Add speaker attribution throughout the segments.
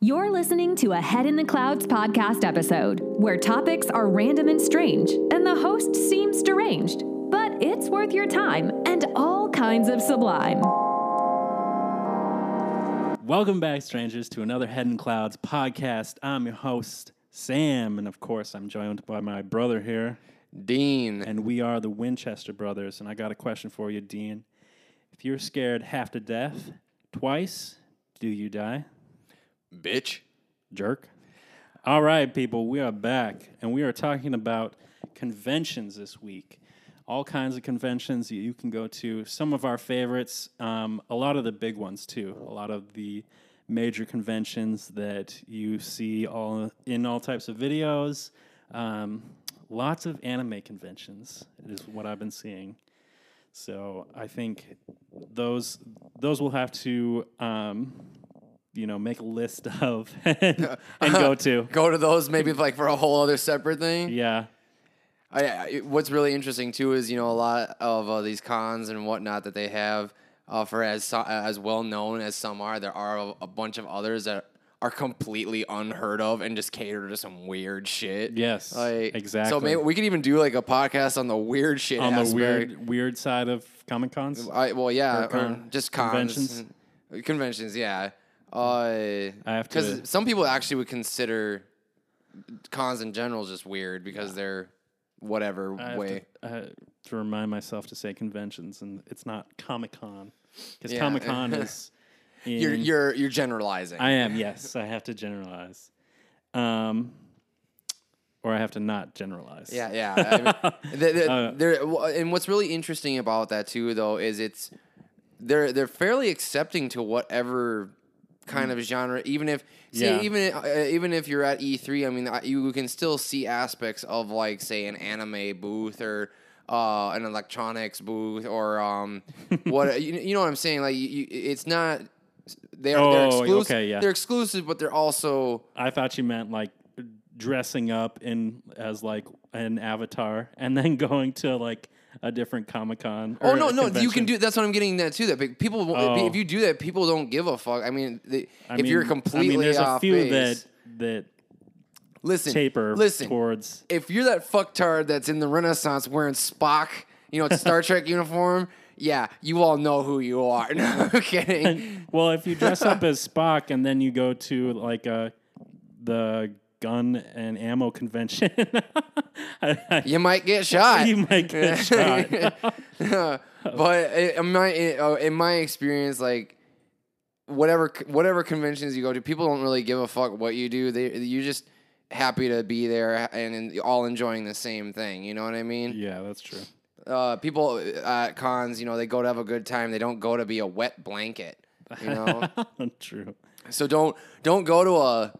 Speaker 1: You're listening to a Head in the Clouds podcast episode, where topics are random and strange, and the host seems deranged, but it's worth your time and all kinds of sublime.
Speaker 2: Welcome back, strangers, to another Head in Clouds podcast. I'm your host, Sam, and of course, I'm joined by my brother here,
Speaker 3: Dean.
Speaker 2: and we are the Winchester brothers. And I got a question for you, Dean. If you're scared half to death twice, do you die?
Speaker 3: Bitch.
Speaker 2: Jerk. All right, people, we are back, and we are talking about conventions this week. All kinds of conventions that you can go to. Some of our favorites, um, a lot of the big ones too. A lot of the major conventions that you see all in all types of videos. Um, lots of anime conventions is what I've been seeing. So I think those those will have to um, you know make a list of and, and go to.
Speaker 3: Go to those maybe like for a whole other separate thing.
Speaker 2: Yeah.
Speaker 3: I, I, what's really interesting too is you know a lot of uh, these cons and whatnot that they have uh, for as so- as well known as some are, there are a, a bunch of others that are completely unheard of and just cater to some weird shit.
Speaker 2: Yes,
Speaker 3: like
Speaker 2: exactly.
Speaker 3: So maybe we could even do like a podcast on the weird shit
Speaker 2: on the
Speaker 3: aspect.
Speaker 2: weird weird side of Comic Cons.
Speaker 3: I, well, yeah,
Speaker 2: Or con-
Speaker 3: or just cons.
Speaker 2: conventions?
Speaker 3: Uh, Conventions, yeah. Uh,
Speaker 2: I have to-
Speaker 3: some people actually would consider cons in general just weird because they're whatever
Speaker 2: I have
Speaker 3: way.
Speaker 2: To, I have to remind myself to say conventions, and it's not Comic Con because
Speaker 3: Yeah.
Speaker 2: Comic Con is. In,
Speaker 3: You're you're you're generalizing.
Speaker 2: I am yes. I have to generalize, um, or I have to not generalize.
Speaker 3: yeah, yeah. I mean, the- the-
Speaker 2: Uh,
Speaker 3: they're- w- and what's really interesting about that too, though, is it's they're they're fairly accepting to whatever kind of genre. Even if see,
Speaker 2: Mm. Yeah.
Speaker 3: even uh, even if you're at E3, I mean, I- you can still see aspects of like say an anime booth or. Uh, an electronics booth or um, what you, you know what I'm saying? Like you, you, it's not they're they're
Speaker 2: Oh,
Speaker 3: exclusive.
Speaker 2: okay, yeah.
Speaker 3: They're exclusive, but they're also
Speaker 2: I thought you meant like dressing up in as like an avatar and then going to like a different Comic Con.
Speaker 3: Oh no, no, you can do. That's what I'm getting that too. That pe- people, won't-
Speaker 2: Oh.
Speaker 3: if you do that, people don't give a fuck. I mean, they,
Speaker 2: I
Speaker 3: if you're
Speaker 2: mean-
Speaker 3: completely
Speaker 2: I mean, there's
Speaker 3: off
Speaker 2: a few
Speaker 3: base,
Speaker 2: that that
Speaker 3: listen,
Speaker 2: taper
Speaker 3: listen.
Speaker 2: towards.
Speaker 3: If you're that fucktard that's in the Renaissance wearing Spock, you know, it's Star Trek uniform. Yeah, you all know who you are. No I'm kidding.
Speaker 2: Well, if you dress up as Spock and then you go to like uh, the gun and ammo convention, I-
Speaker 3: You might get shot.
Speaker 2: I- you might get shot.
Speaker 3: but i- in my in uh, in my experience, like whatever c- whatever conventions you go to, people don't really give a fuck what you do. They you just happy to be there and, and all enjoying the same thing. You know what I mean?
Speaker 2: yeah, that's true.
Speaker 3: Uh, people at cons, you know, they go to have a good time. They don't go to be a wet blanket. You know,
Speaker 2: true.
Speaker 3: so don't don't go to a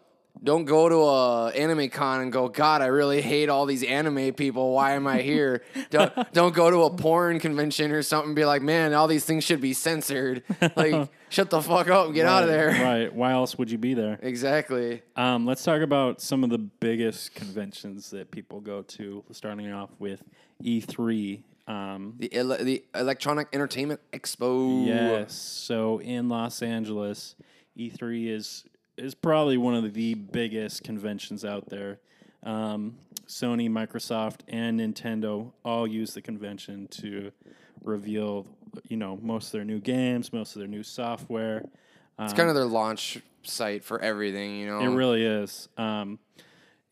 Speaker 3: don't go to a anime con and go. God, I really hate all these anime people. Why am I here? don't don't go to a porn convention or something. And be like, man, all these things should be censored. Like, shut the fuck up and get out of there.
Speaker 2: Right. Why else would you be there?
Speaker 3: Exactly.
Speaker 2: Um, let's talk about some of the biggest conventions that people go to, starting off with E3. Um,
Speaker 3: The ele- the Electronic Entertainment Expo.
Speaker 2: Yes. So in Los Angeles, E3 is is probably one of the biggest conventions out there. Um, Sony, Microsoft, and Nintendo all use the convention to reveal, you know, most of their new games, most of their new software.
Speaker 3: It's kind of their launch site for everything. You know.
Speaker 2: It really is. Um,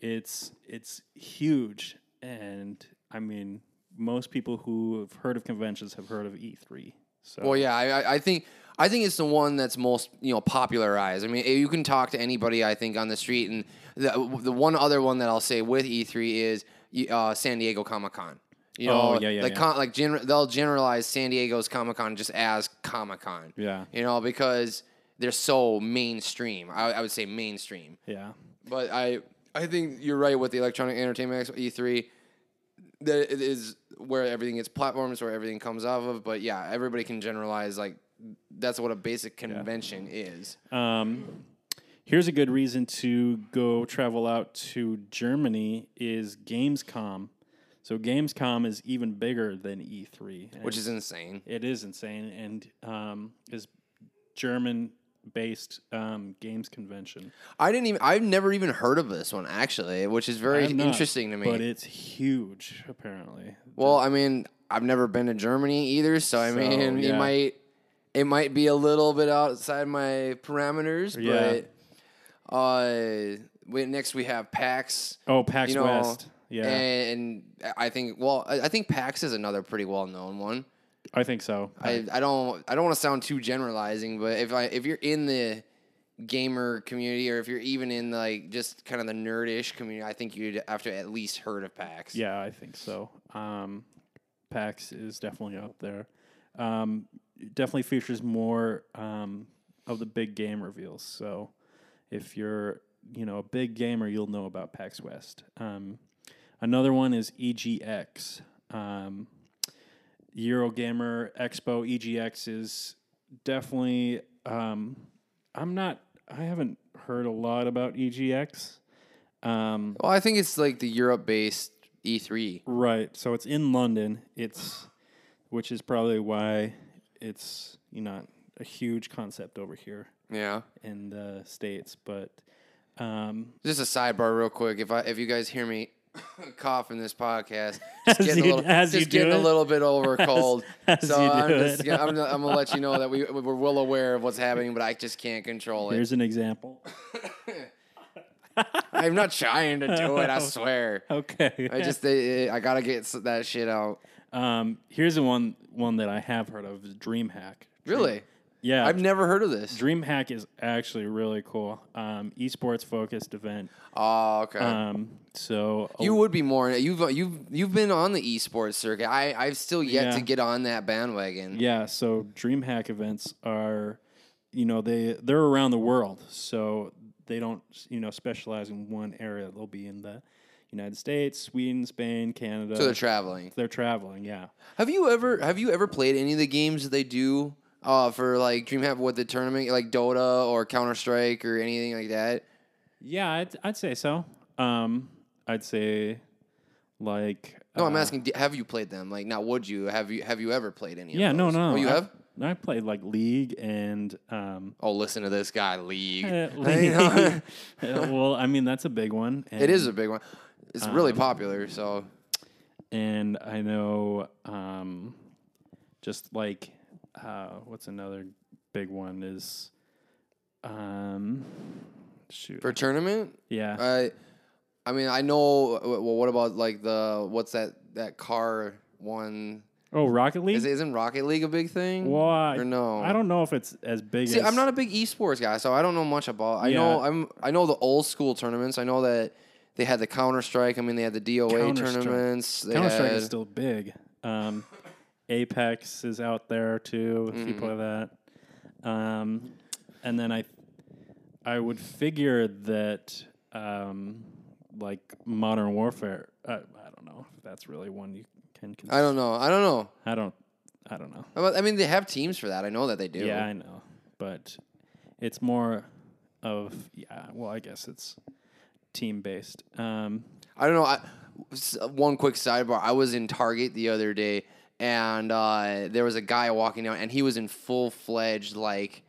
Speaker 2: it's it's huge, and I mean, most people who have heard of conventions have heard of E3. So
Speaker 3: Well, yeah, I, I- I think I think it's the one that's most you know popularized. I mean, eh, you can talk to anybody I think on the street, and the the one other one that I'll say with E three is uh, San Diego Comic Con. You know,
Speaker 2: Oh, yeah, yeah,
Speaker 3: like
Speaker 2: yeah.
Speaker 3: Con, like gener- they'll generalize San Diego's Comic Con just as Comic Con.
Speaker 2: Yeah.
Speaker 3: you know because they're so mainstream. I, I would say mainstream.
Speaker 2: yeah.
Speaker 3: But I I think you're right with the Electronic Entertainment Expo E3. That it is where everything gets platforms, where everything comes off of. But yeah, everybody can generalize like that's what a basic convention is.
Speaker 2: Um, here's a good reason to go travel out to Germany is Gamescom. So Gamescom is even bigger than E3, and
Speaker 3: which is insane.
Speaker 2: it is insane and um, is German based um, games convention.
Speaker 3: I didn't even. I've never even heard of this one actually, which is very
Speaker 2: I'm not,
Speaker 3: interesting to me.
Speaker 2: But it's huge, apparently.
Speaker 3: Well, I mean, I've never been to Germany either, so I
Speaker 2: So,
Speaker 3: mean, it
Speaker 2: yeah.
Speaker 3: might it might be a little bit outside my parameters,
Speaker 2: Yeah.
Speaker 3: but uh, we, next we have PAX.
Speaker 2: Oh, PAX
Speaker 3: you know,
Speaker 2: West. Yeah,
Speaker 3: and I think well, I I think PAX is another pretty well known one.
Speaker 2: I think so.
Speaker 3: I, I don't I don't want to sound too generalizing, but if I if you're in the gamer community or if you're even in like just kind of the nerdish community, I think you'd have to at least heard of PAX.
Speaker 2: Yeah, I think so. Um, PAX is definitely up there. Um, it definitely features more um, of the big game reveals. So if you're you know a big gamer, you'll know about PAX West. Um, another one is EGX. Um, Eurogamer Expo EGX is definitely. Um, I'm not. I haven't heard a lot about E EGX. Um,
Speaker 3: Well, I think it's like the E Europe based E3.
Speaker 2: Right. So it's in London. It's which is probably why it's you know a huge concept over here
Speaker 3: Yeah.
Speaker 2: in the states, but um
Speaker 3: Just a sidebar, real quick. If I if you guys hear me cough in this podcast, just
Speaker 2: As
Speaker 3: getting
Speaker 2: you-
Speaker 3: a little,
Speaker 2: as you
Speaker 3: just
Speaker 2: do
Speaker 3: getting a
Speaker 2: it?
Speaker 3: little bit over cold.
Speaker 2: as
Speaker 3: so
Speaker 2: you do
Speaker 3: I'm just
Speaker 2: it.
Speaker 3: yeah, I'm, gonna- I'm gonna let you know that we we're well aware of what's happening, but I just can't control it.
Speaker 2: here's an example.
Speaker 3: I'm not trying to do it. I swear.
Speaker 2: Okay.
Speaker 3: I just they, I gotta get s- that shit out.
Speaker 2: um here's the one one that I have heard of, DreamHack.
Speaker 3: Really,
Speaker 2: Yeah.
Speaker 3: I've never heard of this.
Speaker 2: DreamHack is actually really cool. Um esports focused event.
Speaker 3: Oh, okay.
Speaker 2: Um so a
Speaker 3: you would be more. You've you've you've been on the esports circuit. I I've still yet
Speaker 2: Yeah.
Speaker 3: to get on that bandwagon.
Speaker 2: Yeah, so DreamHack events are, you know, they they're around the world, so they don't, you know, specialize in one area. They'll be in the United States, Sweden, Spain, Canada.
Speaker 3: So they're traveling.
Speaker 2: They're traveling. Yeah,
Speaker 3: Have you ever have you ever played any of the games that they do uh, for like DreamHack with the tournament, like Dota or Counter Strike or anything like that?
Speaker 2: yeah, I'd, I'd say so. Um, I'd say, like,
Speaker 3: No, I'm
Speaker 2: uh,
Speaker 3: asking. d- Have you played them? Like, not would you? Have you have you ever played any?
Speaker 2: yeah,
Speaker 3: of
Speaker 2: no,
Speaker 3: those?
Speaker 2: no,
Speaker 3: Oh, you
Speaker 2: I-
Speaker 3: have.
Speaker 2: I played like League and um,
Speaker 3: Oh, listen to this guy, League.
Speaker 2: eh,
Speaker 3: You know?
Speaker 2: League. well, I mean that's a big one. And,
Speaker 3: it is a big one. It's really
Speaker 2: Um,
Speaker 3: popular. So
Speaker 2: and I know um, just like uh, what's another big one is um, shoot
Speaker 3: for uh, tournament,
Speaker 2: yeah
Speaker 3: I, I mean, I know. Well, what about like the what's that that car one?
Speaker 2: oh Rocket League
Speaker 3: Is isn't Rocket League a big thing?
Speaker 2: why
Speaker 3: Or no?
Speaker 2: I don't know if it's as big
Speaker 3: See,
Speaker 2: as
Speaker 3: I'm not a big esports guy, so I don't know much about. I know
Speaker 2: Yeah.
Speaker 3: I'm. I know the old school tournaments. I know that they had the Counter Strike. I mean, they had the DOA
Speaker 2: Counter-Strike.
Speaker 3: tournaments. They
Speaker 2: Counter Strike
Speaker 3: had-
Speaker 2: is still big um, Apex is out there too if you
Speaker 3: Mm-hmm.
Speaker 2: play that um, and then I I would figure that um, like Modern Warfare I, I don't know if that's really one you can consider.
Speaker 3: I don't know. I don't know.
Speaker 2: I don't. I don't know.
Speaker 3: How about- I mean, they have teams for that. I know that they do.
Speaker 2: Yeah, I know, but it's more of yeah. Well, I guess it's team based. Um,
Speaker 3: I don't know. I, s- one quick sidebar. I was in Target the other day, and uh, there was a guy walking down, and he was in full fledged like,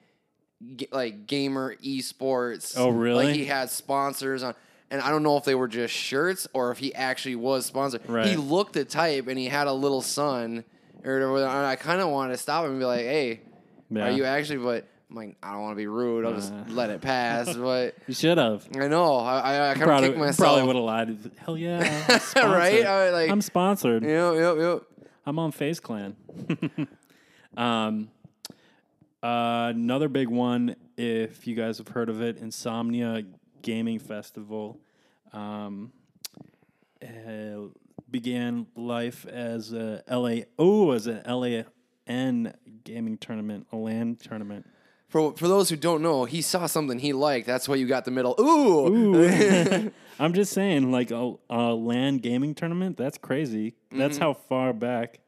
Speaker 3: g- like gamer esports.
Speaker 2: Oh, really?
Speaker 3: Like he had sponsors on. And I don't know if they were just shirts or if he actually was sponsored. He
Speaker 2: Right.
Speaker 3: looked the type, and he had a little son, or whatever. And I kind of wanted to stop him and be like, "Hey,
Speaker 2: yeah.
Speaker 3: are you actually?" But I'm like, I don't want to be rude. I'll just
Speaker 2: Uh.
Speaker 3: let it pass. but
Speaker 2: You should have.
Speaker 3: I know I, I kind of
Speaker 2: Probably,
Speaker 3: kicked myself.
Speaker 2: probably would have lied. Hell yeah, I'm sponsored.
Speaker 3: Right? I was like-
Speaker 2: I'm sponsored.
Speaker 3: Yep, yep, yep.
Speaker 2: I'm on Face Clan. um, uh, another big one, if you guys have heard of it, Insomnia Gaming Festival. Um, uh, began life as a LA, oh, as an LAN gaming tournament, a LAN tournament.
Speaker 3: For for those who don't know, he saw something he liked. That's why you got the middle. Ooh.
Speaker 2: I'm just saying, like a, a LAN gaming tournament, that's crazy. That's how far back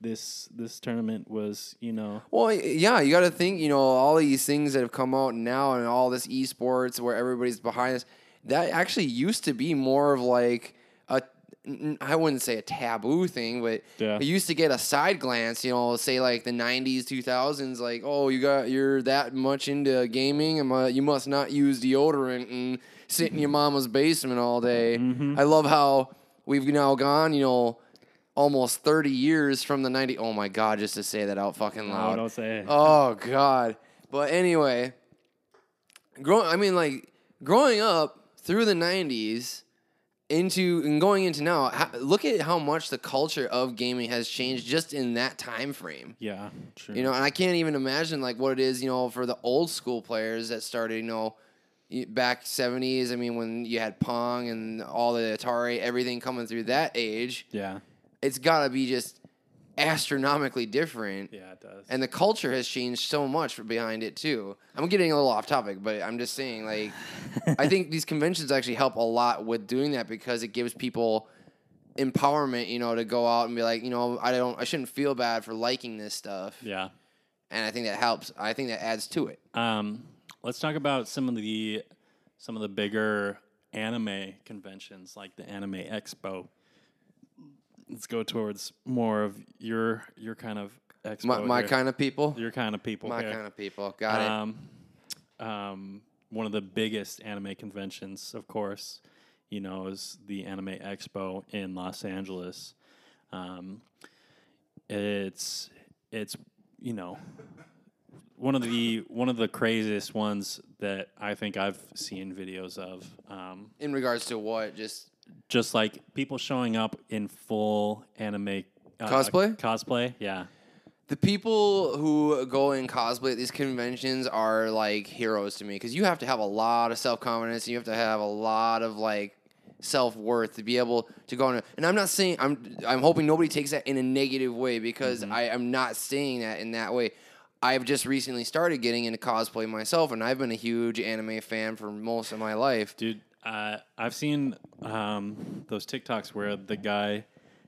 Speaker 2: this this tournament was, you know.
Speaker 3: Well, yeah, you got to think. You know, all these things that have come out now, and all this esports where everybody's behind us. That actually used to be more of like a n- I wouldn't say a taboo thing, but
Speaker 2: Yeah.
Speaker 3: I used to get a side glance, you know, say like the 90s, 2000s, like, oh, you got, you're that much into gaming and mu- you must not use deodorant and sit in your mama's basement all day. I love how we've now gone, you know, almost 30 years from the 90. Oh my God, just to say that out fucking loud.
Speaker 2: don't say it.
Speaker 3: Oh God. But anyway, growing. I mean, like growing up through the '90s into and going into now. ha look at how much the culture of gaming has changed just in that time frame.
Speaker 2: Yeah, true.
Speaker 3: You know, and I can't even imagine like what it is. You know, for the old school players that started, you know. y- Back '70s, I mean, when you had Pong and all the Atari, everything coming through that age,
Speaker 2: yeah,
Speaker 3: it's gotta be just astronomically different
Speaker 2: yeah, it does.
Speaker 3: and the culture has changed so much behind it too. I'm getting a little off topic, but I'm just saying, like, I think these conventions actually help a lot with doing that because it gives people empowerment, you know, to go out and be like, you know, I don't, I shouldn't feel bad for liking this stuff,
Speaker 2: yeah.
Speaker 3: and I think that helps. I think that adds to it.
Speaker 2: Um, let's talk about some of the some of the bigger anime conventions, like the Anime Expo. Let's go towards more of your your kind of expo,
Speaker 3: My, my
Speaker 2: here.
Speaker 3: kind of people,
Speaker 2: your kind of people,
Speaker 3: my
Speaker 2: here.
Speaker 3: kind of people, got it.
Speaker 2: Um, um, one of the biggest anime conventions, of course, you know, is the Anime Expo in Los Angeles. Um, it's it's you know one of the one of the craziest ones that I think I've seen videos of. Um,
Speaker 3: In regards to what, just
Speaker 2: just like people showing up in full anime uh,
Speaker 3: Cosplay?
Speaker 2: cosplay, yeah,
Speaker 3: the people who go in cosplay at these conventions are like heroes to me because you have to have a lot of self confidence and you have to have a lot of like self worth to be able to go on. And I'm not saying I'm I'm hoping nobody takes that in a negative way because I am not saying that in that way. I've just recently started getting into cosplay myself, and I've been a huge anime fan for most of my life.
Speaker 2: Dude, uh, I've seen um, those TikToks where the guy,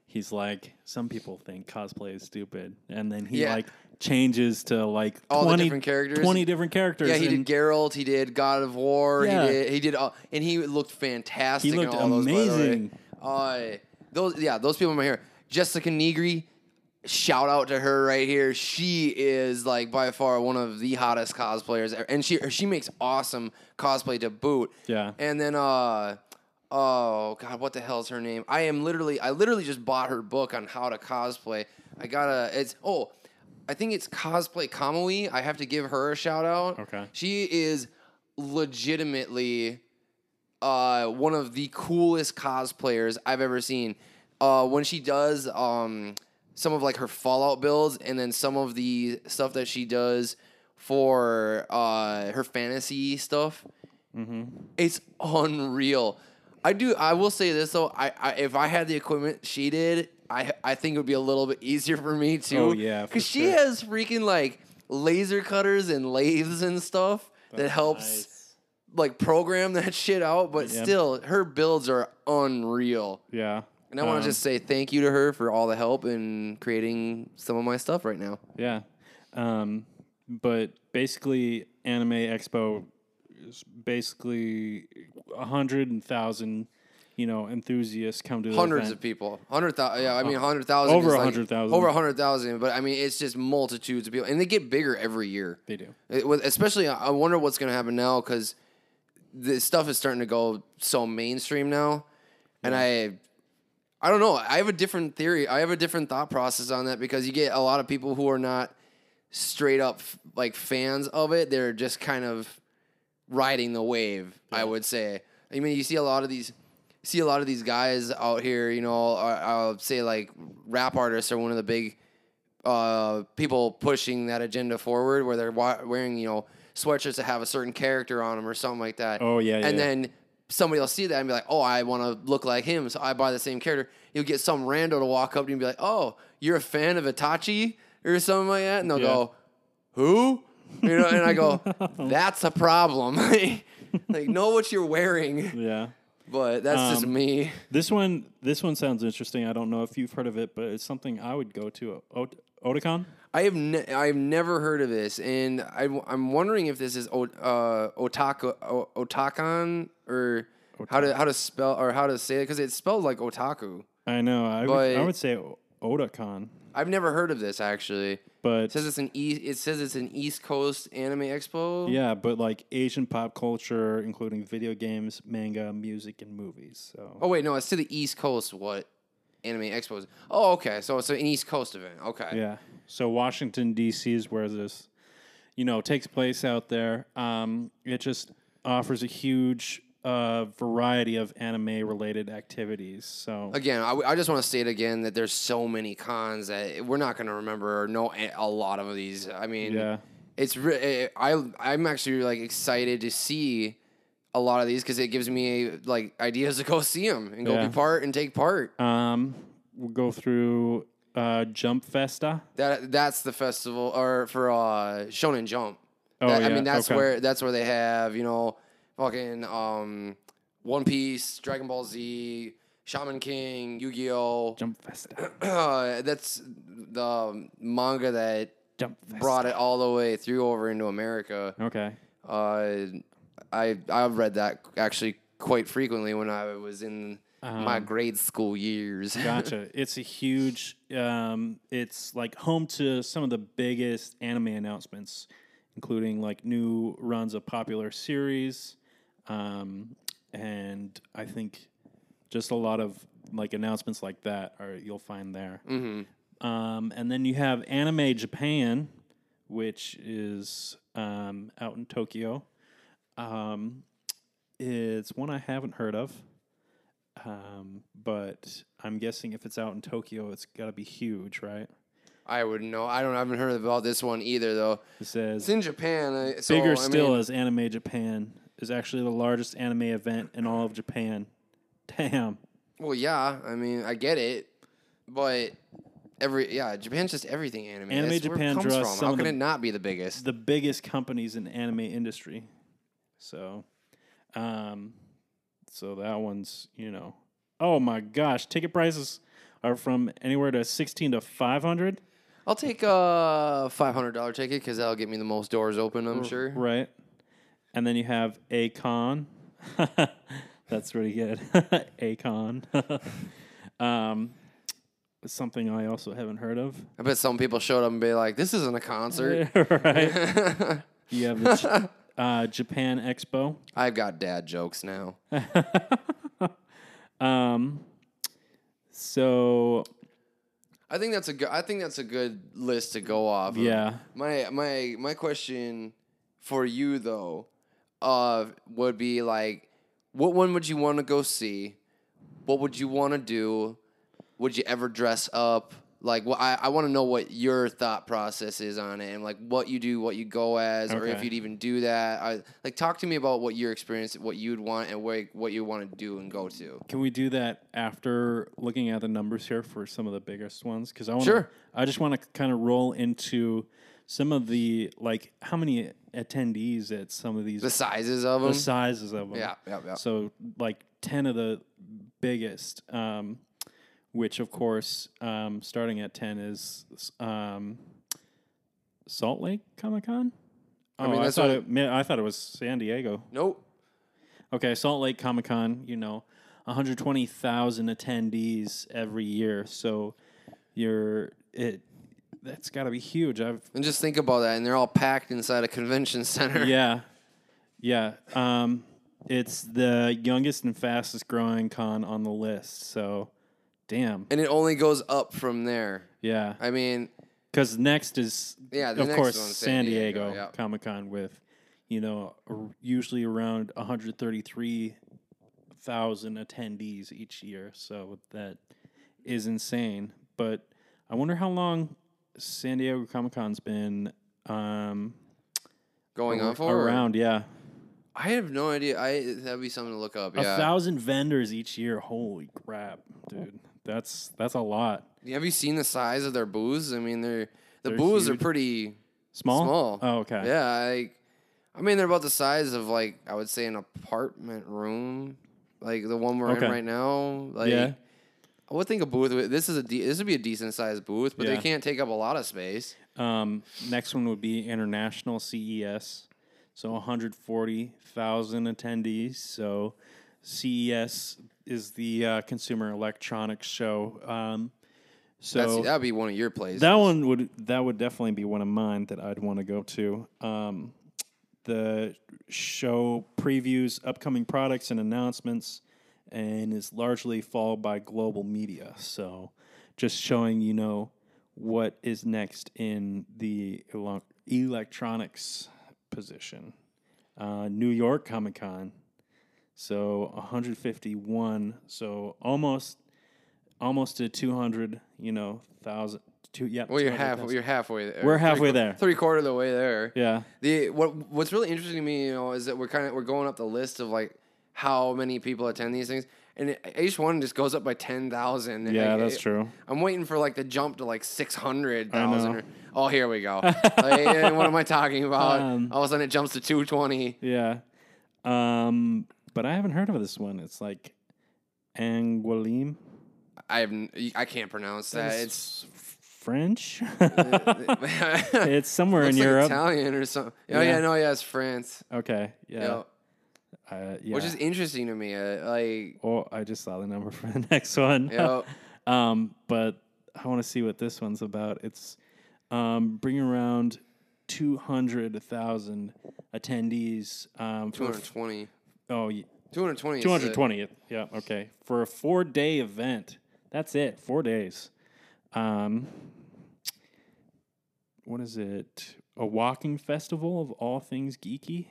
Speaker 2: he's like, some people think cosplay is stupid, and then he
Speaker 3: Yeah.
Speaker 2: like changes to like
Speaker 3: All the
Speaker 2: 20,
Speaker 3: different characters?
Speaker 2: twenty different characters.
Speaker 3: Yeah, he
Speaker 2: and
Speaker 3: did Geralt, he did God of War,
Speaker 2: Yeah.
Speaker 3: he did he did all, and he looked fantastic.
Speaker 2: He looked
Speaker 3: in all Those, by the way.
Speaker 2: amazing.
Speaker 3: Uh, those yeah, those people in my hair. Jessica Negri, shout out to her right here. She is like by far one of the hottest cosplayers, ever. and she she makes awesome cosplay to boot.
Speaker 2: Yeah.
Speaker 3: and then uh. Oh God! What the hell's her name? I am literally, I literally just bought her book on how to cosplay. I gotta, it's oh, I think it's cosplay Kamui. I have to give her a shout out.
Speaker 2: Okay.
Speaker 3: she is legitimately uh, one of the coolest cosplayers I've ever seen. Uh, when she does um, some of like her Fallout builds, and then some of the stuff that she does for uh, her fantasy stuff,
Speaker 2: Mm-hmm.
Speaker 3: it's unreal. I do. I will say this though. I, I if I had the equipment she did, I I think it would be a little bit easier for me too.
Speaker 2: Oh, yeah, for
Speaker 3: because she
Speaker 2: sure.
Speaker 3: has freaking like laser cutters and lathes and stuff that helps
Speaker 2: Nice.
Speaker 3: like program that shit out, but
Speaker 2: Yeah.
Speaker 3: still, her builds are unreal.
Speaker 2: Yeah,
Speaker 3: And I want
Speaker 2: Um,
Speaker 3: to just say thank you to her for all the help in creating some of my stuff right now.
Speaker 2: Yeah. Um, but basically, Anime Expo is basically a hundred and thousand, you know, enthusiasts come to the
Speaker 3: Hundreds
Speaker 2: event.
Speaker 3: of people, hundred thousand. Yeah, I mean, hundred thousand.
Speaker 2: Oh, Over
Speaker 3: is like-
Speaker 2: 100,000.
Speaker 3: Over hundred thousand, but I mean, it's just multitudes of people, and they get bigger every year.
Speaker 2: They do.
Speaker 3: It was, especially, I I wonder what's going to happen now because the stuff is starting to go so mainstream now, and I. I don't know. I have a different theory. I have a different thought process on that because you get a lot of people who are not straight up like fans of it. They're just kind of riding the wave. I would say. I mean, you see a lot of these, see a lot of these guys out here. You know, are- I'll say like rap artists are one of the big uh, people pushing that agenda forward, where they're wa- wearing you know sweatshirts that have a certain character on them or something like that.
Speaker 2: Oh, yeah,
Speaker 3: and
Speaker 2: yeah.
Speaker 3: then. Somebody will see that and be like, "Oh, I want to look like him," so I buy the same character. You'll get some rando to walk up to you and be like, "Oh, you're a fan of Itachi or something like that," and they'll
Speaker 2: Yeah.
Speaker 3: go, who? You know, and I go, that's a problem. like, know what you're wearing,
Speaker 2: Yeah.
Speaker 3: but that's just me.
Speaker 2: This one, this one sounds interesting. I don't know if you've heard of it, but it's something I would go to. O- Otakon?
Speaker 3: I have ne- I've never heard of this, and I, am wondering if this is o- uh, otaka o- otakon or how to how to spell or how to say it because it's spelled like otaku.
Speaker 2: I know. I, would, I
Speaker 3: But-
Speaker 2: would say O- Otakon,
Speaker 3: I've never heard of this actually. It
Speaker 2: but
Speaker 3: says it's an e- it says it's an East Coast anime expo.
Speaker 2: yeah, but like Asian pop culture, including video games, manga, music, and movies. So
Speaker 3: Oh wait, no, it's to the East Coast. What anime expo is? Oh, okay. So it's an East Coast event. Okay.
Speaker 2: yeah, so Washington D.C. is where this, you know, takes place out there. Um, it just offers a huge uh, variety of anime-related activities. So
Speaker 3: Again, I, I just want to state again that there's so many cons that we're not going to remember or know a a lot of these. I mean,
Speaker 2: yeah,
Speaker 3: it's re- I I'm actually like excited to see a lot of these because it gives me like ideas to go see them and go
Speaker 2: Yeah.
Speaker 3: be part and take part.
Speaker 2: um, we'll go through uh, Jump Festa.
Speaker 3: That that's the festival or for uh, Shonen Jump.
Speaker 2: Oh,
Speaker 3: That-
Speaker 2: yeah,
Speaker 3: I mean that's
Speaker 2: okay.
Speaker 3: where that's where they have you know fucking um, One Piece, Dragon Ball Z, Shaman King, Yu Gi Oh.
Speaker 2: Jump Festa.
Speaker 3: that's the manga that
Speaker 2: Jump Festa.
Speaker 3: brought it all the way through over into America.
Speaker 2: Okay.
Speaker 3: Uh, I I've read that actually quite frequently when I was in
Speaker 2: Uh-huh.
Speaker 3: my grade school years.
Speaker 2: Gotcha. it's a huge. Um, it's like home to some of the biggest anime announcements, including like new runs of popular series, um, and I think just a lot of like announcements like that are you'll find there. Um, and then you have Anime Japan, which is um, out in Tokyo. Um, it's one I haven't heard of. Um, but I'm guessing if it's out in Tokyo, it's got to be huge, right?
Speaker 3: I would know. I don't. I haven't heard about this one either though.
Speaker 2: It says
Speaker 3: It's in Japan. I, so,
Speaker 2: bigger
Speaker 3: I
Speaker 2: still
Speaker 3: mean,
Speaker 2: as Anime Japan is actually the largest anime event in all of Japan. Damn.
Speaker 3: well, yeah. I mean, I get it, but every yeah, Japan's just everything anime.
Speaker 2: Anime
Speaker 3: That's where it
Speaker 2: Japan
Speaker 3: comes
Speaker 2: draws
Speaker 3: from.
Speaker 2: some
Speaker 3: How
Speaker 2: of
Speaker 3: can
Speaker 2: the-
Speaker 3: it not be the biggest?
Speaker 2: the biggest companies in the anime industry. So, um, so that one's you know, oh my gosh, ticket prices are from anywhere to sixteen to five hundred,
Speaker 3: I'll take a five hundred dollar ticket because that'll get me the most doors open. I'm sure.
Speaker 2: right? And then you have Akon. That's pretty good, Akon. um, something I also haven't heard of.
Speaker 3: I bet some people showed up and be like, "This isn't a concert."
Speaker 2: right? You have the J- uh, Japan Expo.
Speaker 3: I've got dad jokes now.
Speaker 2: Um, so
Speaker 3: I think that's a good. I think that's a good list to go off. of.
Speaker 2: yeah.
Speaker 3: My my my question for you though, uh, would be like, what one would you want to go see? What would you want to do? Would you ever dress up? Like, well, I, I want to know what your thought process is on it, and like what you do, what you go as, or if
Speaker 2: Okay.
Speaker 3: you'd even do that. I, like, talk to me about what your experience, what you'd want, and where, what you want to do and go to.
Speaker 2: Can we do that after looking at the numbers here for some of the biggest ones? Because I want
Speaker 3: Sure.
Speaker 2: I just want to kind of roll into some of the like how many attendees at some of these
Speaker 3: The sizes of
Speaker 2: the
Speaker 3: them.
Speaker 2: sizes of them.
Speaker 3: Mm-hmm. Yeah, yeah, yeah.
Speaker 2: So like ten of the biggest, um, which of course um, starting at ten is um, Salt Lake Comic Con. Oh, I,
Speaker 3: mean, that's
Speaker 2: thought
Speaker 3: what-
Speaker 2: it, me- I thought it was San Diego.
Speaker 3: nope.
Speaker 2: Okay, Salt Lake Comic Con, you know, 120,000 attendees every year. So you're it that's got to be huge. I've
Speaker 3: And just think about that, and they're all packed inside a convention center.
Speaker 2: yeah. Yeah. Um it's the youngest and fastest growing con on the list. So damn.
Speaker 3: And it only goes up from there.
Speaker 2: Yeah.
Speaker 3: I mean,
Speaker 2: Cuz next is
Speaker 3: Yeah, the
Speaker 2: of
Speaker 3: next
Speaker 2: course
Speaker 3: one's
Speaker 2: San Diego,
Speaker 3: yeah.
Speaker 2: Comic Con with you know ar- usually around 133,000 attendees each year. So that is insane. But I wonder how long San Diego Comic Con's been um,
Speaker 3: going on for
Speaker 2: around. Yeah,
Speaker 3: I have no idea. I that'd be something to look up.
Speaker 2: a
Speaker 3: Yeah.
Speaker 2: thousand vendors each year. Holy crap, dude! That's that's a lot.
Speaker 3: have you seen the size of their booths? I mean, they're the
Speaker 2: They're
Speaker 3: booths
Speaker 2: huge.
Speaker 3: are pretty
Speaker 2: Small.
Speaker 3: small.
Speaker 2: Oh, okay.
Speaker 3: Yeah, like I mean, they're about the size of like I would say an apartment room, like the one we're
Speaker 2: Okay.
Speaker 3: in right now. Like,
Speaker 2: Yeah.
Speaker 3: I would think a booth. With, this is a de- this would be a decent sized booth, but
Speaker 2: Yeah.
Speaker 3: they can't take up a lot of space.
Speaker 2: Um, next one would be E international CES. So 140,000 attendees. So CES is the uh, Consumer Electronics Show. Um,
Speaker 3: That's,
Speaker 2: so
Speaker 3: that'd be one of your plays.
Speaker 2: that one would that would definitely be one of mine that I'd want to go to. Um, the show previews upcoming products and announcements, and is largely followed by global media. So, just showing you know what is next in the elo- electronics position. Uh, New York Comic Con, so 151, so almost almost to 200. You know, thousand. Two, yeah,
Speaker 3: well, you're
Speaker 2: 200,000.
Speaker 3: half. You're halfway there.
Speaker 2: We're halfway
Speaker 3: Three-
Speaker 2: there.
Speaker 3: Three quarter of the way there.
Speaker 2: Yeah.
Speaker 3: The what what's really interesting to me, you know, is that we're kind of we're going up the list of like how many people attend these things, and it- each one just goes up by ten thousand.
Speaker 2: Yeah, that's true.
Speaker 3: I'm waiting for like the jump to like six hundred
Speaker 2: know.
Speaker 3: thousand. Oh, here we go. Like, eh, what am I talking about?
Speaker 2: Um,
Speaker 3: All of a sudden, it jumps to two twenty.
Speaker 2: Yeah. Um, but I haven't heard of this one. It's like Angoulême.
Speaker 3: I have n- I can't pronounce that.
Speaker 2: It's
Speaker 3: It's
Speaker 2: f- French.
Speaker 3: it's
Speaker 2: it's somewhere in
Speaker 3: like
Speaker 2: Europe.
Speaker 3: Italian or something. Oh
Speaker 2: Yeah.
Speaker 3: yeah, no, yeah, it's France.
Speaker 2: Okay. Yeah.
Speaker 3: Yeah.
Speaker 2: Uh, yeah.
Speaker 3: Which is interesting to me. Uh, like,
Speaker 2: oh, I just saw the number for the next one.
Speaker 3: yeah,
Speaker 2: um, but I want to see what this one's about. It's um, bringing around 200,000 attendees. Um, for,
Speaker 3: 220.
Speaker 2: oh, y-
Speaker 3: 220. is the-
Speaker 2: 220th. Yeah. Okay. For a four day event. That's it. Four days. Um, what is it? A walking festival of all things geeky?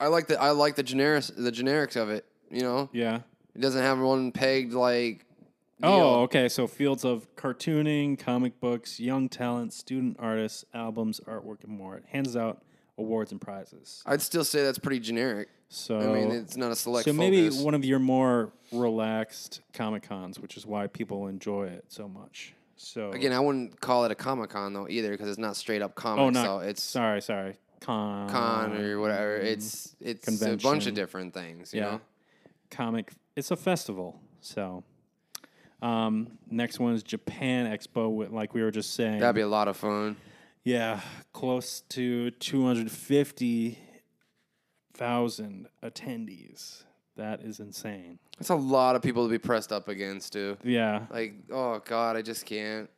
Speaker 3: I like the I like the generics the generics of it. You know,
Speaker 2: Yeah.
Speaker 3: it doesn't have one pegged like.
Speaker 2: Oh, okay. So fields of cartooning, comic books, young talent, student artists, albums, artwork, and more. It hands out awards and prizes.
Speaker 3: I'd still say that's pretty generic.
Speaker 2: So
Speaker 3: I mean, it's not a select.
Speaker 2: Oh. so maybe
Speaker 3: focus.
Speaker 2: one of your more relaxed comic cons, which is why people enjoy it so much. So
Speaker 3: Again, I wouldn't call it a comic con though either because it's not straight up comic.
Speaker 2: Oh, not
Speaker 3: so it's
Speaker 2: sorry, sorry, con,
Speaker 3: con or whatever. It's it's a bunch
Speaker 2: Convention.
Speaker 3: of different things. You
Speaker 2: yeah,
Speaker 3: know?
Speaker 2: comic. It's a festival, so. Um, next one is Japan Expo, with, like we were just saying.
Speaker 3: that'd be a lot of fun.
Speaker 2: yeah, close to two hundred fifty thousand attendees. That is insane.
Speaker 3: That's a lot of people to be pressed up against too.
Speaker 2: Yeah,
Speaker 3: Like, oh god, I just can't.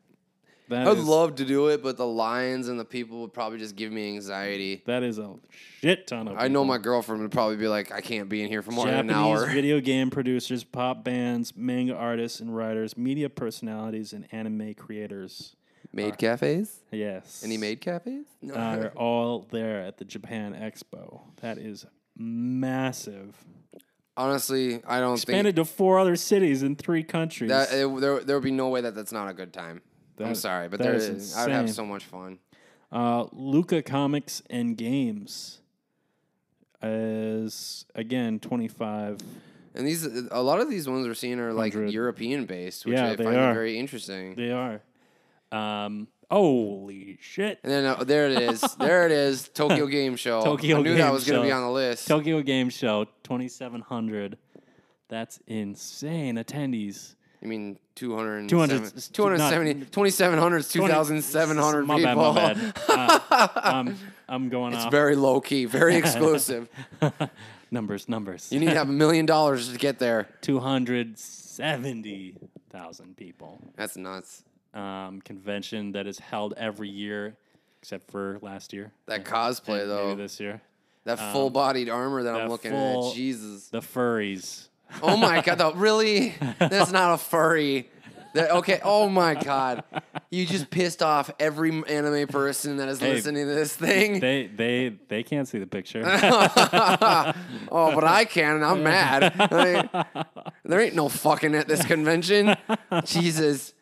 Speaker 2: that
Speaker 3: I'd
Speaker 2: is-
Speaker 3: love to do it, but the lines and the people would probably just give me anxiety.
Speaker 2: that is a shit ton of.
Speaker 3: I know
Speaker 2: people.
Speaker 3: my girlfriend would probably be like, I can't be in here for more than
Speaker 2: Japanese
Speaker 3: an hour.
Speaker 2: video game producers, pop bands, manga artists and writers, media personalities, and anime creators.
Speaker 3: Maid cafes?
Speaker 2: Yes.
Speaker 3: Any maid cafes? No.
Speaker 2: are all there at the Japan Expo. That is massive.
Speaker 3: Honestly, I don't
Speaker 2: Expanded to four other cities in three countries.
Speaker 3: think that it, there there would be no way that that's not a good time. I'm
Speaker 2: That-
Speaker 3: sorry, but
Speaker 2: that
Speaker 3: there
Speaker 2: is
Speaker 3: is. I would have
Speaker 2: insane.
Speaker 3: so much fun.
Speaker 2: uh, Luca Comics and Games is again 25.
Speaker 3: And these a lot of these ones we're seeing are like
Speaker 2: 100.
Speaker 3: European based, which
Speaker 2: Yeah,
Speaker 3: I
Speaker 2: they
Speaker 3: find
Speaker 2: are.
Speaker 3: very interesting.
Speaker 2: They are. Um, holy shit.
Speaker 3: And then uh, there it is. there it is. Tokyo Game Show.
Speaker 2: Tokyo
Speaker 3: I knew that
Speaker 2: Game
Speaker 3: was going to be
Speaker 2: Show.
Speaker 3: on the list.
Speaker 2: Tokyo Game Show 2700. That's insane attendees.
Speaker 3: I mean, 200,
Speaker 2: 200
Speaker 3: 270, 2,700 is 2,700
Speaker 2: My bad,
Speaker 3: people.
Speaker 2: my bad. Uh, I'm, I'm going
Speaker 3: It's
Speaker 2: off.
Speaker 3: very low key, very exclusive.
Speaker 2: numbers, numbers.
Speaker 3: you need to have a million dollars to get there.
Speaker 2: 270,000 people.
Speaker 3: That's nuts.
Speaker 2: Um, convention that is held every year, except for last year.
Speaker 3: That
Speaker 2: and-
Speaker 3: cosplay,
Speaker 2: and
Speaker 3: though.
Speaker 2: Maybe this year.
Speaker 3: That full bodied armor that,
Speaker 2: that
Speaker 3: I'm looking
Speaker 2: full-
Speaker 3: at. Jesus.
Speaker 2: The furries.
Speaker 3: Oh my God. though, really? That's not a furry. That, okay. Oh my God. You just pissed off every anime person that is listening to this thing.
Speaker 2: They they they can't see the picture.
Speaker 3: oh, but I can, and I'm mad. I mean, there ain't no fucking at this convention. Jesus.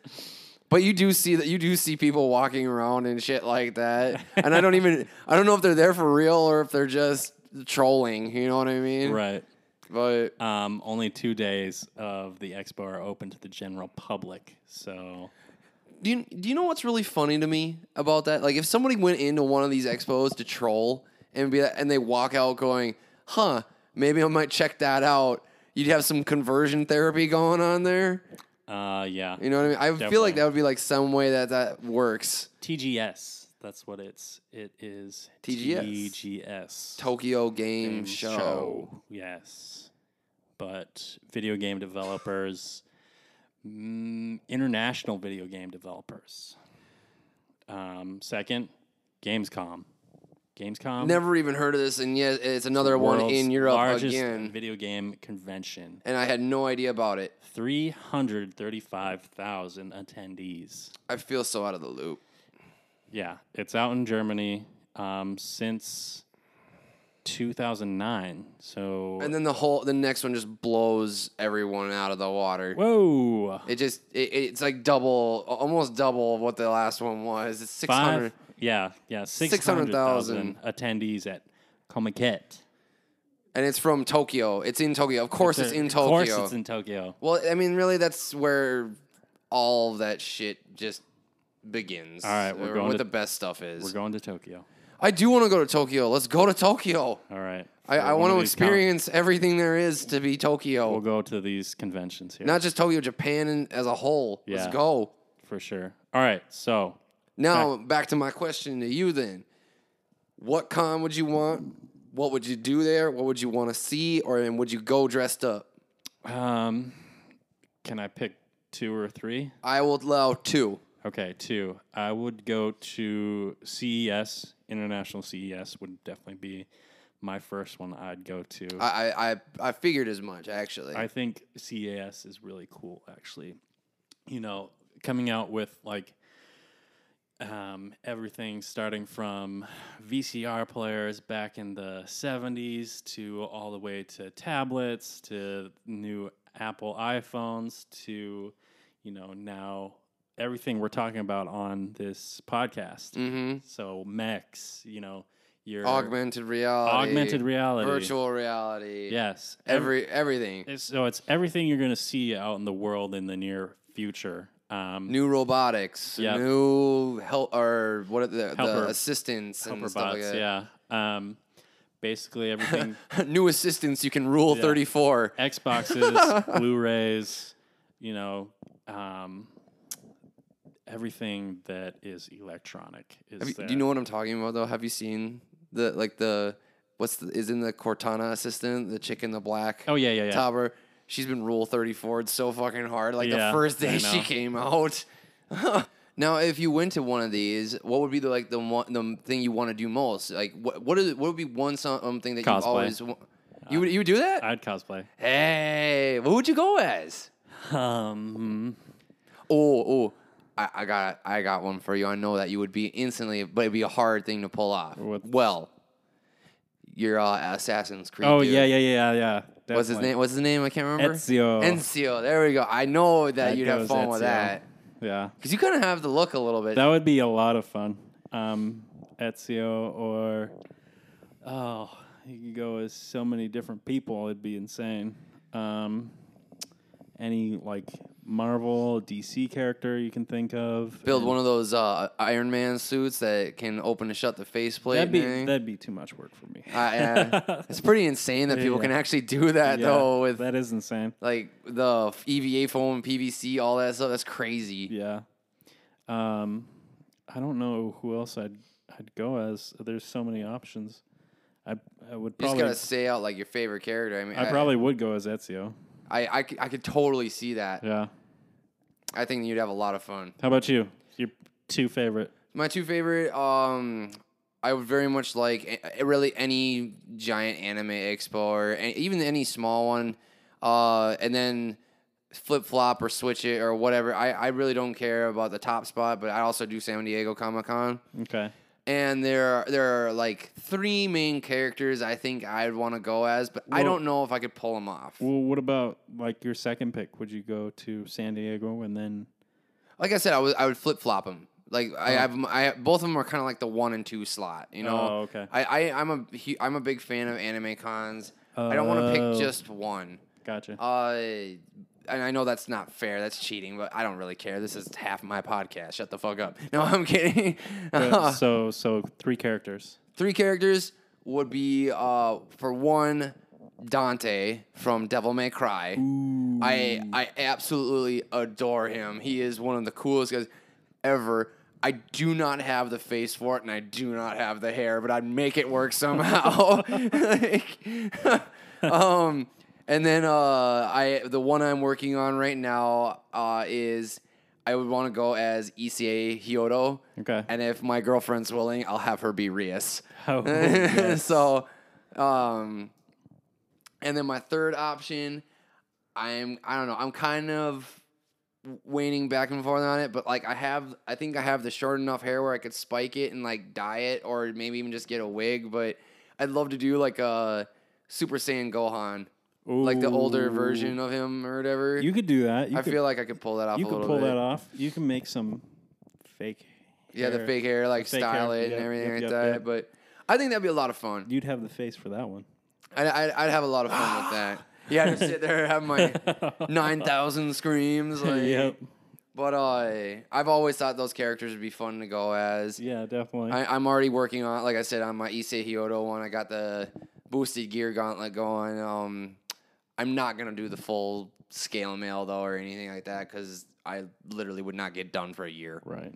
Speaker 3: But you do see that you do see people walking around and shit like that, and I don't even I don't know if they're there for real or if they're just trolling. You know what I mean?
Speaker 2: right.
Speaker 3: But
Speaker 2: Um, only two days of the expo are open to the general public. So
Speaker 3: do you do you know what's really funny to me about that? Like if somebody went into one of these expos to troll and be and they walk out going, "Huh, maybe I might check that out." You'd have some conversion therapy going on there.
Speaker 2: uh, yeah,
Speaker 3: You know what I mean? I feel
Speaker 2: Definitely.
Speaker 3: like that would be like some way that that works.
Speaker 2: TGS. That's what it's. It is
Speaker 3: TGS.
Speaker 2: TGS.
Speaker 3: Tokyo Game, Show.
Speaker 2: Yes. but video game developers, mm, international video game developers. Um, second, Gamescom. Gamescom,
Speaker 3: Never even heard of this, and yet it's another one
Speaker 2: world's
Speaker 3: in Europe
Speaker 2: largest
Speaker 3: again.
Speaker 2: video game convention.
Speaker 3: And I had no idea about it.
Speaker 2: 335,000 attendees.
Speaker 3: I feel so out of the loop.
Speaker 2: Yeah, it's out in Germany um, since 2009. So,
Speaker 3: And then the whole the next one just blows everyone out of the water.
Speaker 2: whoa,
Speaker 3: It just it, it's like double, almost double of what the last one was. It's six hundred.
Speaker 2: five, yeah, yeah,
Speaker 3: 600,000.
Speaker 2: 600,000 attendees at Comiket.
Speaker 3: and it's from Tokyo. It's in Tokyo. Of course, it's, in Tokyo.
Speaker 2: Of course, it's in Tokyo.
Speaker 3: well, I mean, really, that's where all that shit just begins. All
Speaker 2: right, we're going
Speaker 3: what
Speaker 2: to-
Speaker 3: the best stuff is.
Speaker 2: We're going to Tokyo.
Speaker 3: I do want to go to Tokyo. Let's go to Tokyo.
Speaker 2: All right.
Speaker 3: I,
Speaker 2: For
Speaker 3: I
Speaker 2: one
Speaker 3: want
Speaker 2: of
Speaker 3: to
Speaker 2: these con-
Speaker 3: experience everything there is to be Tokyo.
Speaker 2: We'll go to these conventions here
Speaker 3: Not just Tokyo, Japan and- as a whole.
Speaker 2: Yeah.
Speaker 3: Let's go.
Speaker 2: for sure. All right, so
Speaker 3: Now back to my question to you then. What con would you want? What would you do there? What would you want to see? Or and would you go dressed up?
Speaker 2: um, can I pick two or three?
Speaker 3: I will allow two.
Speaker 2: Okay, two. I would go to CES, International CES would definitely be my first one I'd go to. I,
Speaker 3: I I, I, I figured as much actually.
Speaker 2: think CES is really cool, actually. You know, coming out with like um, everything starting from VCR players back in the 70s to all the way to tablets to new Apple iPhones to, you know, now everything we're talking about on this podcast.
Speaker 3: hmm
Speaker 2: So mechs, you know, your
Speaker 3: Augmented reality.
Speaker 2: augmented reality,
Speaker 3: Virtual reality.
Speaker 2: yes, Every-
Speaker 3: Every everything.
Speaker 2: so it's everything you're going to see out in the world in the near future. Um,
Speaker 3: New robotics.
Speaker 2: Yep.
Speaker 3: New help or what are the,
Speaker 2: Helper-
Speaker 3: the assistants and
Speaker 2: robots,
Speaker 3: stuff like that.
Speaker 2: yeah. Um, basically everything:
Speaker 3: new assistants you can rule 34.
Speaker 2: Xboxes, Blu-rays, you know, um, everything that is electronic is
Speaker 3: Have you-
Speaker 2: there.
Speaker 3: do you know what I'm talking about though? Have you seen the like the what's the is in the Cortana assistant the chick in the black?
Speaker 2: Oh yeah, yeah, yeah.
Speaker 3: Topper. She's been rule 34 It's so fucking hard. Like
Speaker 2: Yeah,
Speaker 3: the first
Speaker 2: I
Speaker 3: day she
Speaker 2: know.
Speaker 3: came out. now, if you went to one of these, what would be the like the one the thing you want to do most? Like what what is what would be one something that
Speaker 2: Cosplay.
Speaker 3: you always wa- you would you would do that?
Speaker 2: I'd cosplay.
Speaker 3: hey, what would you go as?
Speaker 2: Um,
Speaker 3: Oh, oh. I, I got I got one for you. I know that you would be instantly, but it'd be a hard thing to pull off.
Speaker 2: What-
Speaker 3: Well, you're uh, Assassin's Creed.
Speaker 2: oh
Speaker 3: dude.
Speaker 2: yeah, yeah, yeah, yeah.
Speaker 3: What's his
Speaker 2: definitely.
Speaker 3: name? What's his name? I can't remember.
Speaker 2: Ezio.
Speaker 3: Ezio. There we go. I know that,
Speaker 2: That
Speaker 3: you'd have
Speaker 2: goes
Speaker 3: fun with
Speaker 2: Ezio.
Speaker 3: that
Speaker 2: Yeah.
Speaker 3: because you kind of have the look a little bit.
Speaker 2: That would be a lot of fun. Um, Ezio or oh, you could go as so many different people. It'd be insane. Um, any like Marvel, DC character you can think of.
Speaker 3: Build one of those uh, Iron Man suits that can open and shut the faceplate.
Speaker 2: That'd be
Speaker 3: and everything.
Speaker 2: that'd be too much work for me.
Speaker 3: Uh, yeah. it's pretty insane that people
Speaker 2: yeah.
Speaker 3: can actually do that
Speaker 2: Yeah,
Speaker 3: though with
Speaker 2: that is insane.
Speaker 3: like the EVA foam, PVC, all that stuff. That's crazy.
Speaker 2: Yeah. Um, I don't know who else I'd I'd go as. There's so many options. I I would
Speaker 3: You just
Speaker 2: probably
Speaker 3: gotta say out like your favorite character. I mean,
Speaker 2: I probably would go as Ezio.
Speaker 3: I, I, c- I could totally see that.
Speaker 2: Yeah.
Speaker 3: I think you'd have a lot of fun.
Speaker 2: How about you? Your two favorite.
Speaker 3: My two favorite, um, I would very much like a- really any giant anime expo or a- even any small one, uh, and then flip flop or switch it or whatever. I, I really don't care about the top spot, but I also do San Diego Comic Con.
Speaker 2: Okay.
Speaker 3: and there are, there are like three main characters I think I'd want to go as, but I
Speaker 2: Well-
Speaker 3: don't know if I could pull them off.
Speaker 2: Well, what about like your second pick? Would you go to San Diego and then?
Speaker 3: Like I said, I would I would flip flop them. Like I have, m- I both of them are kind of like the one and two slot. You know,
Speaker 2: Uh-huh. Oh, okay.
Speaker 3: I, I I'm a hu- I'm a big fan of anime cons. I don't want to
Speaker 2: Oh.
Speaker 3: pick just one.
Speaker 2: Gotcha.
Speaker 3: Uh, and I know that's not fair. That's cheating, but I don't really care. This is half my podcast. Shut the fuck up. No, I'm kidding.
Speaker 2: Uh, so so three characters.
Speaker 3: three characters would be uh, for one Dante from Devil May Cry. I I absolutely adore him. He is one of the coolest guys ever. I do not have the face for it, and I do not have the hair, but I'd make it work somehow. Like, um, And then uh, I the one I'm working on right now uh, is I would want to go as ECA Hyoto.
Speaker 2: Okay.
Speaker 3: And if my girlfriend's willing, I'll have her be Rias.
Speaker 2: Oh, yes.
Speaker 3: so, um, and then my third option, I'm I don't know. I'm kind of waning back and forth on it, but like I have, I think I have the short enough hair where I could spike it and like dye it, or maybe even just get a wig. But I'd love to do like a Super Saiyan Gohan, like the older
Speaker 2: Ooh.
Speaker 3: version of him or whatever.
Speaker 2: You could do that. You
Speaker 3: I
Speaker 2: could,
Speaker 3: feel like I could pull that off.
Speaker 2: you
Speaker 3: a
Speaker 2: could
Speaker 3: little
Speaker 2: pull
Speaker 3: bit.
Speaker 2: that off. You can make some fake.
Speaker 3: Yeah, the
Speaker 2: hair.
Speaker 3: fake hair, like
Speaker 2: fake
Speaker 3: style
Speaker 2: hair,
Speaker 3: it
Speaker 2: yep,
Speaker 3: and everything
Speaker 2: yep, yep,
Speaker 3: like that.
Speaker 2: yep.
Speaker 3: But I think that'd be a lot of fun.
Speaker 2: You'd have the face for that one.
Speaker 3: I, I, I'd have a lot of fun with that. Yeah, I'd sit there and have my nine thousand screams. Like,
Speaker 2: yep.
Speaker 3: But uh, I've always thought those characters would be fun to go as.
Speaker 2: Yeah, definitely.
Speaker 3: I, I'm already working on, like I said, on my Issei Hyoto one. I got the boosted gear gauntlet going. Um, I'm not gonna do the full scale mail though or anything like that because I literally would not get done for a year.
Speaker 2: right.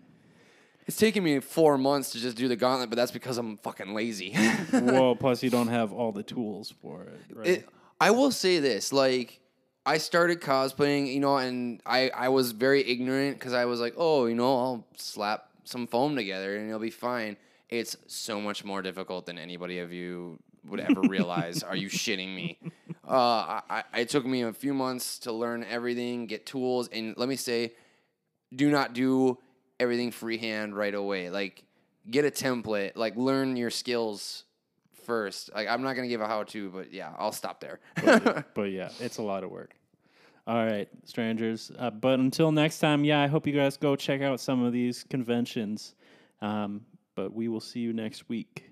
Speaker 3: It's taken me four months to just do the gauntlet, but that's because I'm fucking lazy.
Speaker 2: Well, plus you don't have all the tools for it. Right.
Speaker 3: it, I will say this, like I started cosplaying, you know, and I I was very ignorant because I was like, oh, you know, I'll slap some foam together and it'll be fine. It's so much more difficult than anybody of you would ever realize. Are you shitting me? Uh, I, I, it took me a few months to learn everything, get tools, and let me say, do not do everything freehand right away. Like, get a template. Like, learn your skills first. Like, I'm not gonna give a how to, but yeah, I'll stop there.
Speaker 2: but yeah, it's a lot of work. All right, strangers. Uh, but until next time, yeah, I hope you guys go check out some of these conventions. Um, but we will see you next week.